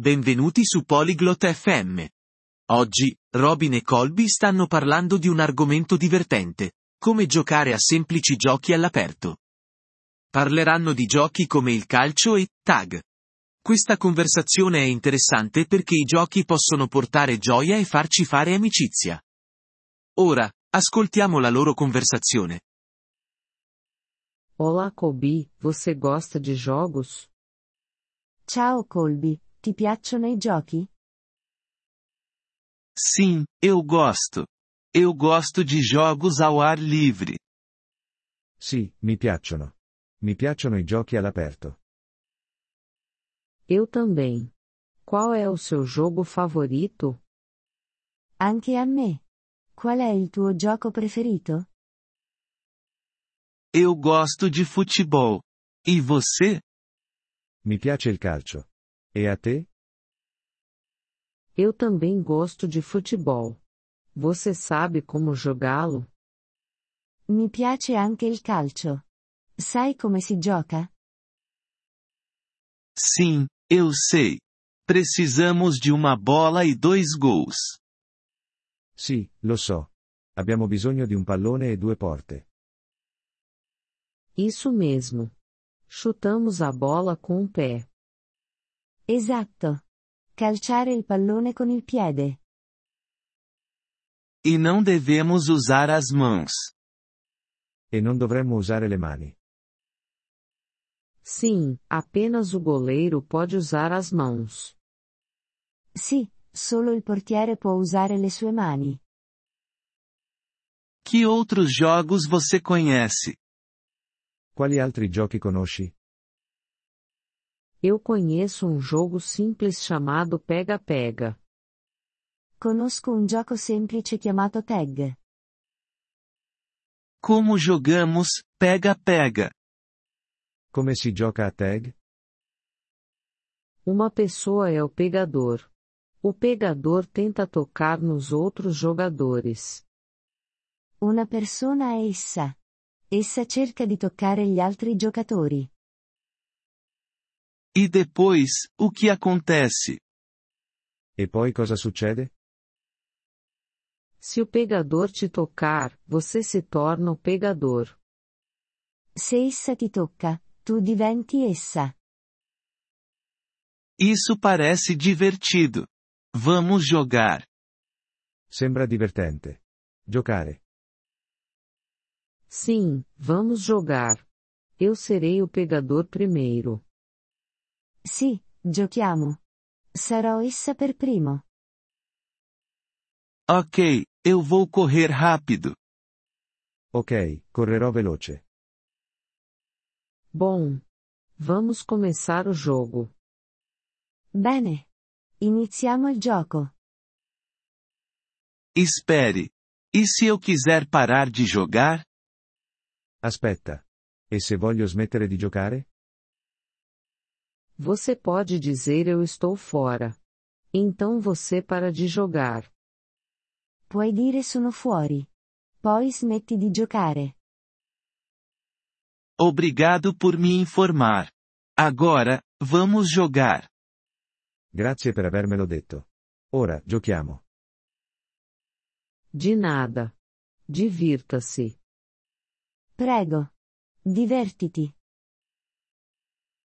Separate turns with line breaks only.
Benvenuti su Polyglot FM. Oggi, Robin e Colby stanno parlando di un argomento divertente, come giocare a semplici giochi all'aperto. Parleranno di giochi come il calcio e tag. Questa conversazione è interessante perché i giochi possono portare gioia e farci fare amicizia. Ora, ascoltiamo la loro conversazione.
Olá, Colby, você gosta de jogos?
Ciao Colby, ti piacciono i giochi?
Sim, eu gosto. Eu gosto de jogos ao ar livre.
Sì, mi piacciono. Mi piacciono i giochi all'aperto.
Eu também. Qual é o seu jogo favorito?
Anche a me. Qual è il tuo gioco preferito?
Eu gosto de futebol. E você?
Mi piace il calcio. E a te?
Eu também gosto de futebol. Você sabe como jogá-lo?
Mi piace anche il calcio. Sai come si gioca?
Sim, eu sei. Precisamos de uma bola e dois gols.
Sì, lo so. Abbiamo bisogno di un pallone e due porte.
Isso mesmo. Chutamos a bola com o pé.
Esatto. Calciare il pallone con il piede.
E não devemos usar as mãos.
E non dovremmo usare le mani.
Sim, apenas o goleiro pode usar as mãos.
Sì, solo il portiere può usare le sue mani.
Que outros jogos você conhece?
Quali altri giochi conosci?
Eu conheço um jogo simples chamado Pega-Pega.
Conosco un gioco semplice chiamato tag.
Como jogamos, pega-pega.
Come si gioca a tag?
Uma pessoa é o pegador. O pegador tenta tocar nos outros jogadores.
Una persona è essa. Essa cerca di toccare gli altri giocatori.
E depois, o que acontece?
E poi cosa succede?
Se o pegador te tocar, você se torna o pegador.
Se essa ti tocca, tu diventi essa.
Isso parece divertido. Vamos jogar.
Sembra divertente. Giocare.
Sim, vamos jogar. Eu serei o pegador primeiro.
Sì, giochiamo. Sarò essa per primo.
Ok, eu vou correr rápido.
Ok, correrò veloce.
Bom. Vamos começar o jogo.
Bene. Iniziamo il gioco.
Espere. E se eu quiser parar de jogar?
Aspetta. E se voglio smettere di giocare?
Você pode dizer eu estou fora. Então você para de jogar.
Puoi dire sono fuori. Poi smetti di giocare.
Obrigado por me informar. Agora, vamos jogar.
Grazie per avermelo detto. Ora, giochiamo.
De nada. Divirta-se.
Prego. Divertiti.